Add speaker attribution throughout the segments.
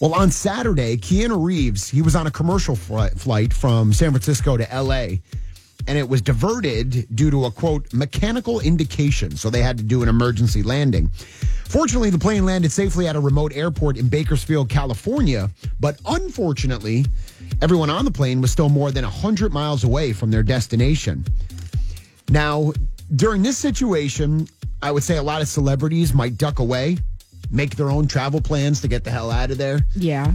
Speaker 1: Well, on Saturday, Keanu Reeves, he was on a commercial fli- flight from San Francisco to LA, and it was diverted due to a quote mechanical indication. So they had to do an emergency landing. Fortunately, the plane landed safely at a remote airport in Bakersfield, California, but unfortunately, everyone on the plane was still more than 100 miles away from their destination. Now, during this situation, I would say a lot of celebrities might duck away, make their own travel plans to get the hell out of there,
Speaker 2: Yeah.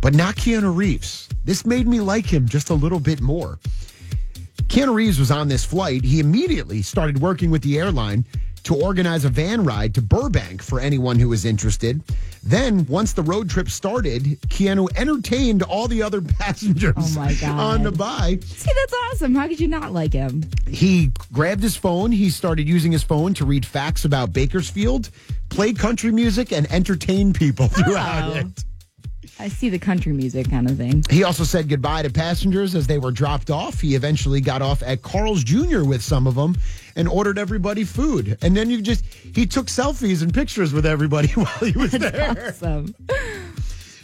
Speaker 1: but not Keanu Reeves. This made me like him just a little bit more. Keanu Reeves was on this flight. He immediately started working with the airline to organize a van ride to Burbank for anyone who was interested. Then, once the road trip started, Keanu entertained all the other passengers
Speaker 2: Oh my God.
Speaker 1: on the bye
Speaker 2: See, that's awesome. How could you not like him?
Speaker 1: he grabbed his phone. He started using his phone to read facts about Bakersfield, play country music, and entertain people throughout
Speaker 2: Oh.
Speaker 1: it.
Speaker 2: I see the country music kind of thing.
Speaker 1: He also said goodbye to passengers as they were dropped off. He eventually got off at Carl's Jr. with some of them and ordered everybody food. And then you just, he took selfies and pictures with everybody while he was there.
Speaker 2: Awesome.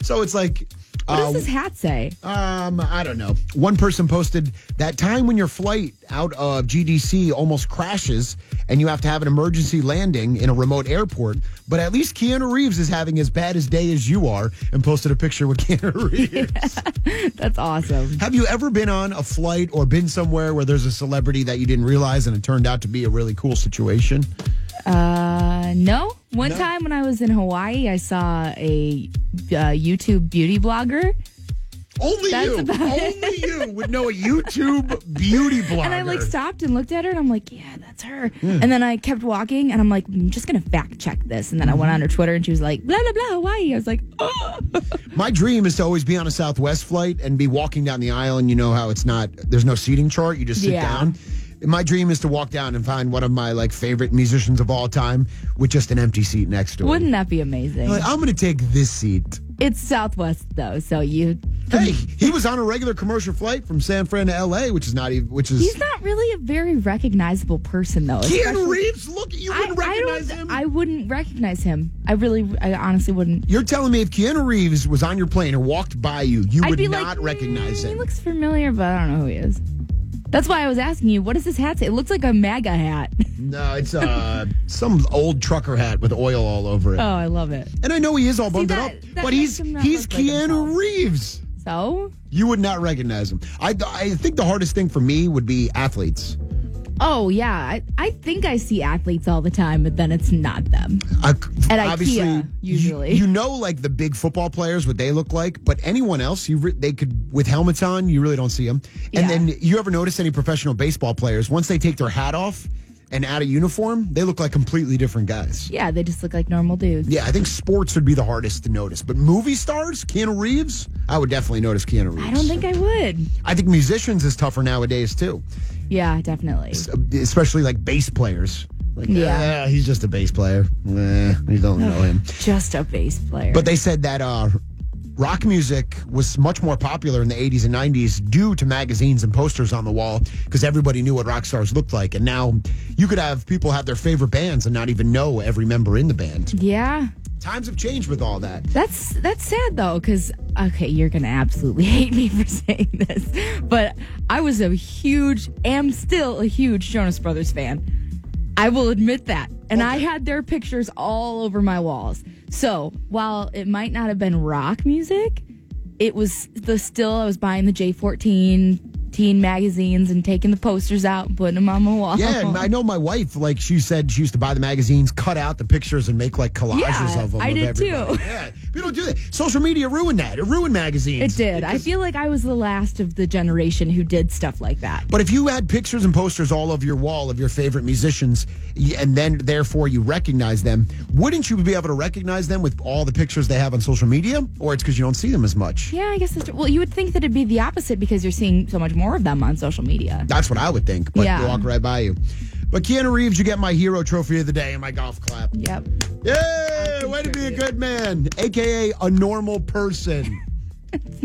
Speaker 1: So it's like,
Speaker 2: What
Speaker 1: uh,
Speaker 2: does his hat say?
Speaker 1: Um, I don't know. One person posted that time when your flight out of GDC almost crashes and you have to have an emergency landing in a remote airport, but at least Keanu Reeves is having as bad as day as you are and posted a picture with Keanu Reeves.
Speaker 2: That's awesome.
Speaker 1: Have you ever been on a flight or been somewhere where there's a celebrity that you didn't realize and it turned out to be a really cool situation?
Speaker 2: Uh, no. One time when I was in Hawaii, I saw a uh, YouTube beauty blogger,
Speaker 1: Only
Speaker 2: That's
Speaker 1: you,
Speaker 2: about
Speaker 1: only you would know a YouTube beauty blogger.
Speaker 2: and I like stopped and looked at her, and I'm like, yeah, that's her. And then I kept walking, and I'm like, I'm just gonna fact check this. And then I went on her Twitter, and she was like, blah blah blah Hawaii. I was like, oh.
Speaker 1: My dream is to always be on a Southwest flight and be walking down the aisle, and you know how it's not, there's no seating chart. You just sit
Speaker 2: Yeah.
Speaker 1: down. My dream is to walk down and find one of my like favorite musicians of all time with just an empty seat next to him.
Speaker 2: wouldn't that be amazing?
Speaker 1: Like, I'm going to take this seat.
Speaker 2: It's Southwest though, so you.
Speaker 1: Hey, he was on a regular commercial flight from San Fran to L.A., which is not even, which is
Speaker 2: He's not really a very recognizable person though.
Speaker 1: Keanu Reeves. Look, you wouldn't
Speaker 2: I
Speaker 1: recognize
Speaker 2: don't,
Speaker 1: him.
Speaker 2: I wouldn't recognize him. I really, I honestly wouldn't.
Speaker 1: You're telling me if Keanu Reeves was on your plane or walked by you, you
Speaker 2: I'd
Speaker 1: would
Speaker 2: be
Speaker 1: not
Speaker 2: like, "Mm,
Speaker 1: recognize
Speaker 2: He
Speaker 1: him.
Speaker 2: looks familiar, but I don't know who he is. That's why I was asking you, what does this hat say? It looks like a MAGA hat.
Speaker 1: no, it's uh, some old trucker hat with oil all over it.
Speaker 2: oh, I love it.
Speaker 1: And I know he is all bundled
Speaker 2: that-
Speaker 1: up,
Speaker 2: that
Speaker 1: but
Speaker 2: makes
Speaker 1: he's
Speaker 2: him not
Speaker 1: he's
Speaker 2: look like
Speaker 1: Keanu
Speaker 2: himself.
Speaker 1: Reeves.
Speaker 2: So,
Speaker 1: You would not recognize him. I, I think the hardest thing for me would be athletes.
Speaker 2: oh yeah, I, I think I see athletes all the time, but then it's not them.
Speaker 1: I,
Speaker 2: At
Speaker 1: obviously,
Speaker 2: IKEA,
Speaker 1: you-
Speaker 2: usually.
Speaker 1: you, know, like the big football players, what they look like. But anyone else, you re- they could with helmets on, you really don't see them. And
Speaker 2: Yeah.
Speaker 1: then you ever notice any professional baseball players once they take their hat off and out of uniform, they look like completely different guys.
Speaker 2: Yeah, they just look like normal dudes.
Speaker 1: Yeah, I think sports would be the hardest to notice, but movie stars, Keanu Reeves, I would definitely notice Keanu Reeves.
Speaker 2: I don't think I would.
Speaker 1: I think musicians is tougher nowadays too,
Speaker 2: Yeah, definitely.
Speaker 1: especially like bass players. Like,
Speaker 2: Yeah.
Speaker 1: "Ah, he's just a bass player. Eh, you don't know him.
Speaker 2: Just a bass player.
Speaker 1: But they said that uh, rock music was much more popular in the 80s and 90s due to magazines and posters on the wall because everybody knew what rock stars looked like. And now you could have people have their favorite bands and not even know every member in the band.
Speaker 2: yeah,
Speaker 1: Times have changed with all that.
Speaker 2: That's that's sad though, because okay, you're gonna absolutely hate me for saying this, but I was a huge, am still a huge Jonas Brothers fan. I will admit that, and I had their pictures all over my walls. So while it might not have been rock music, it was the still I was buying the J14 teen magazines and taking the posters out and putting them on my wall.
Speaker 1: Yeah, and I know my wife, like she said, she used to buy the magazines, cut out the pictures, and make like collages
Speaker 2: Yeah,
Speaker 1: of them.
Speaker 2: I
Speaker 1: of
Speaker 2: did
Speaker 1: everybody.
Speaker 2: too.
Speaker 1: Yeah. We don't do that. Social media ruined that. It ruined magazines.
Speaker 2: It did. I feel like I was the last of the generation who did stuff like that.
Speaker 1: But if you had pictures and posters all over your wall of your favorite musicians, y- and then therefore you recognize them, wouldn't you be able to recognize them with all the pictures they have on social media? Or it's because you don't see them as much?
Speaker 2: Yeah, I guess that's well. You would think that it'd be the opposite because you're seeing so much more of them on social media.
Speaker 1: That's what I would think, but
Speaker 2: Yeah.
Speaker 1: they walk right by you. But Keanu Reeves, you get my hero trophy of the day and my golf clap.
Speaker 2: Yep.
Speaker 1: Yay! Way to be a good man, aka a normal person.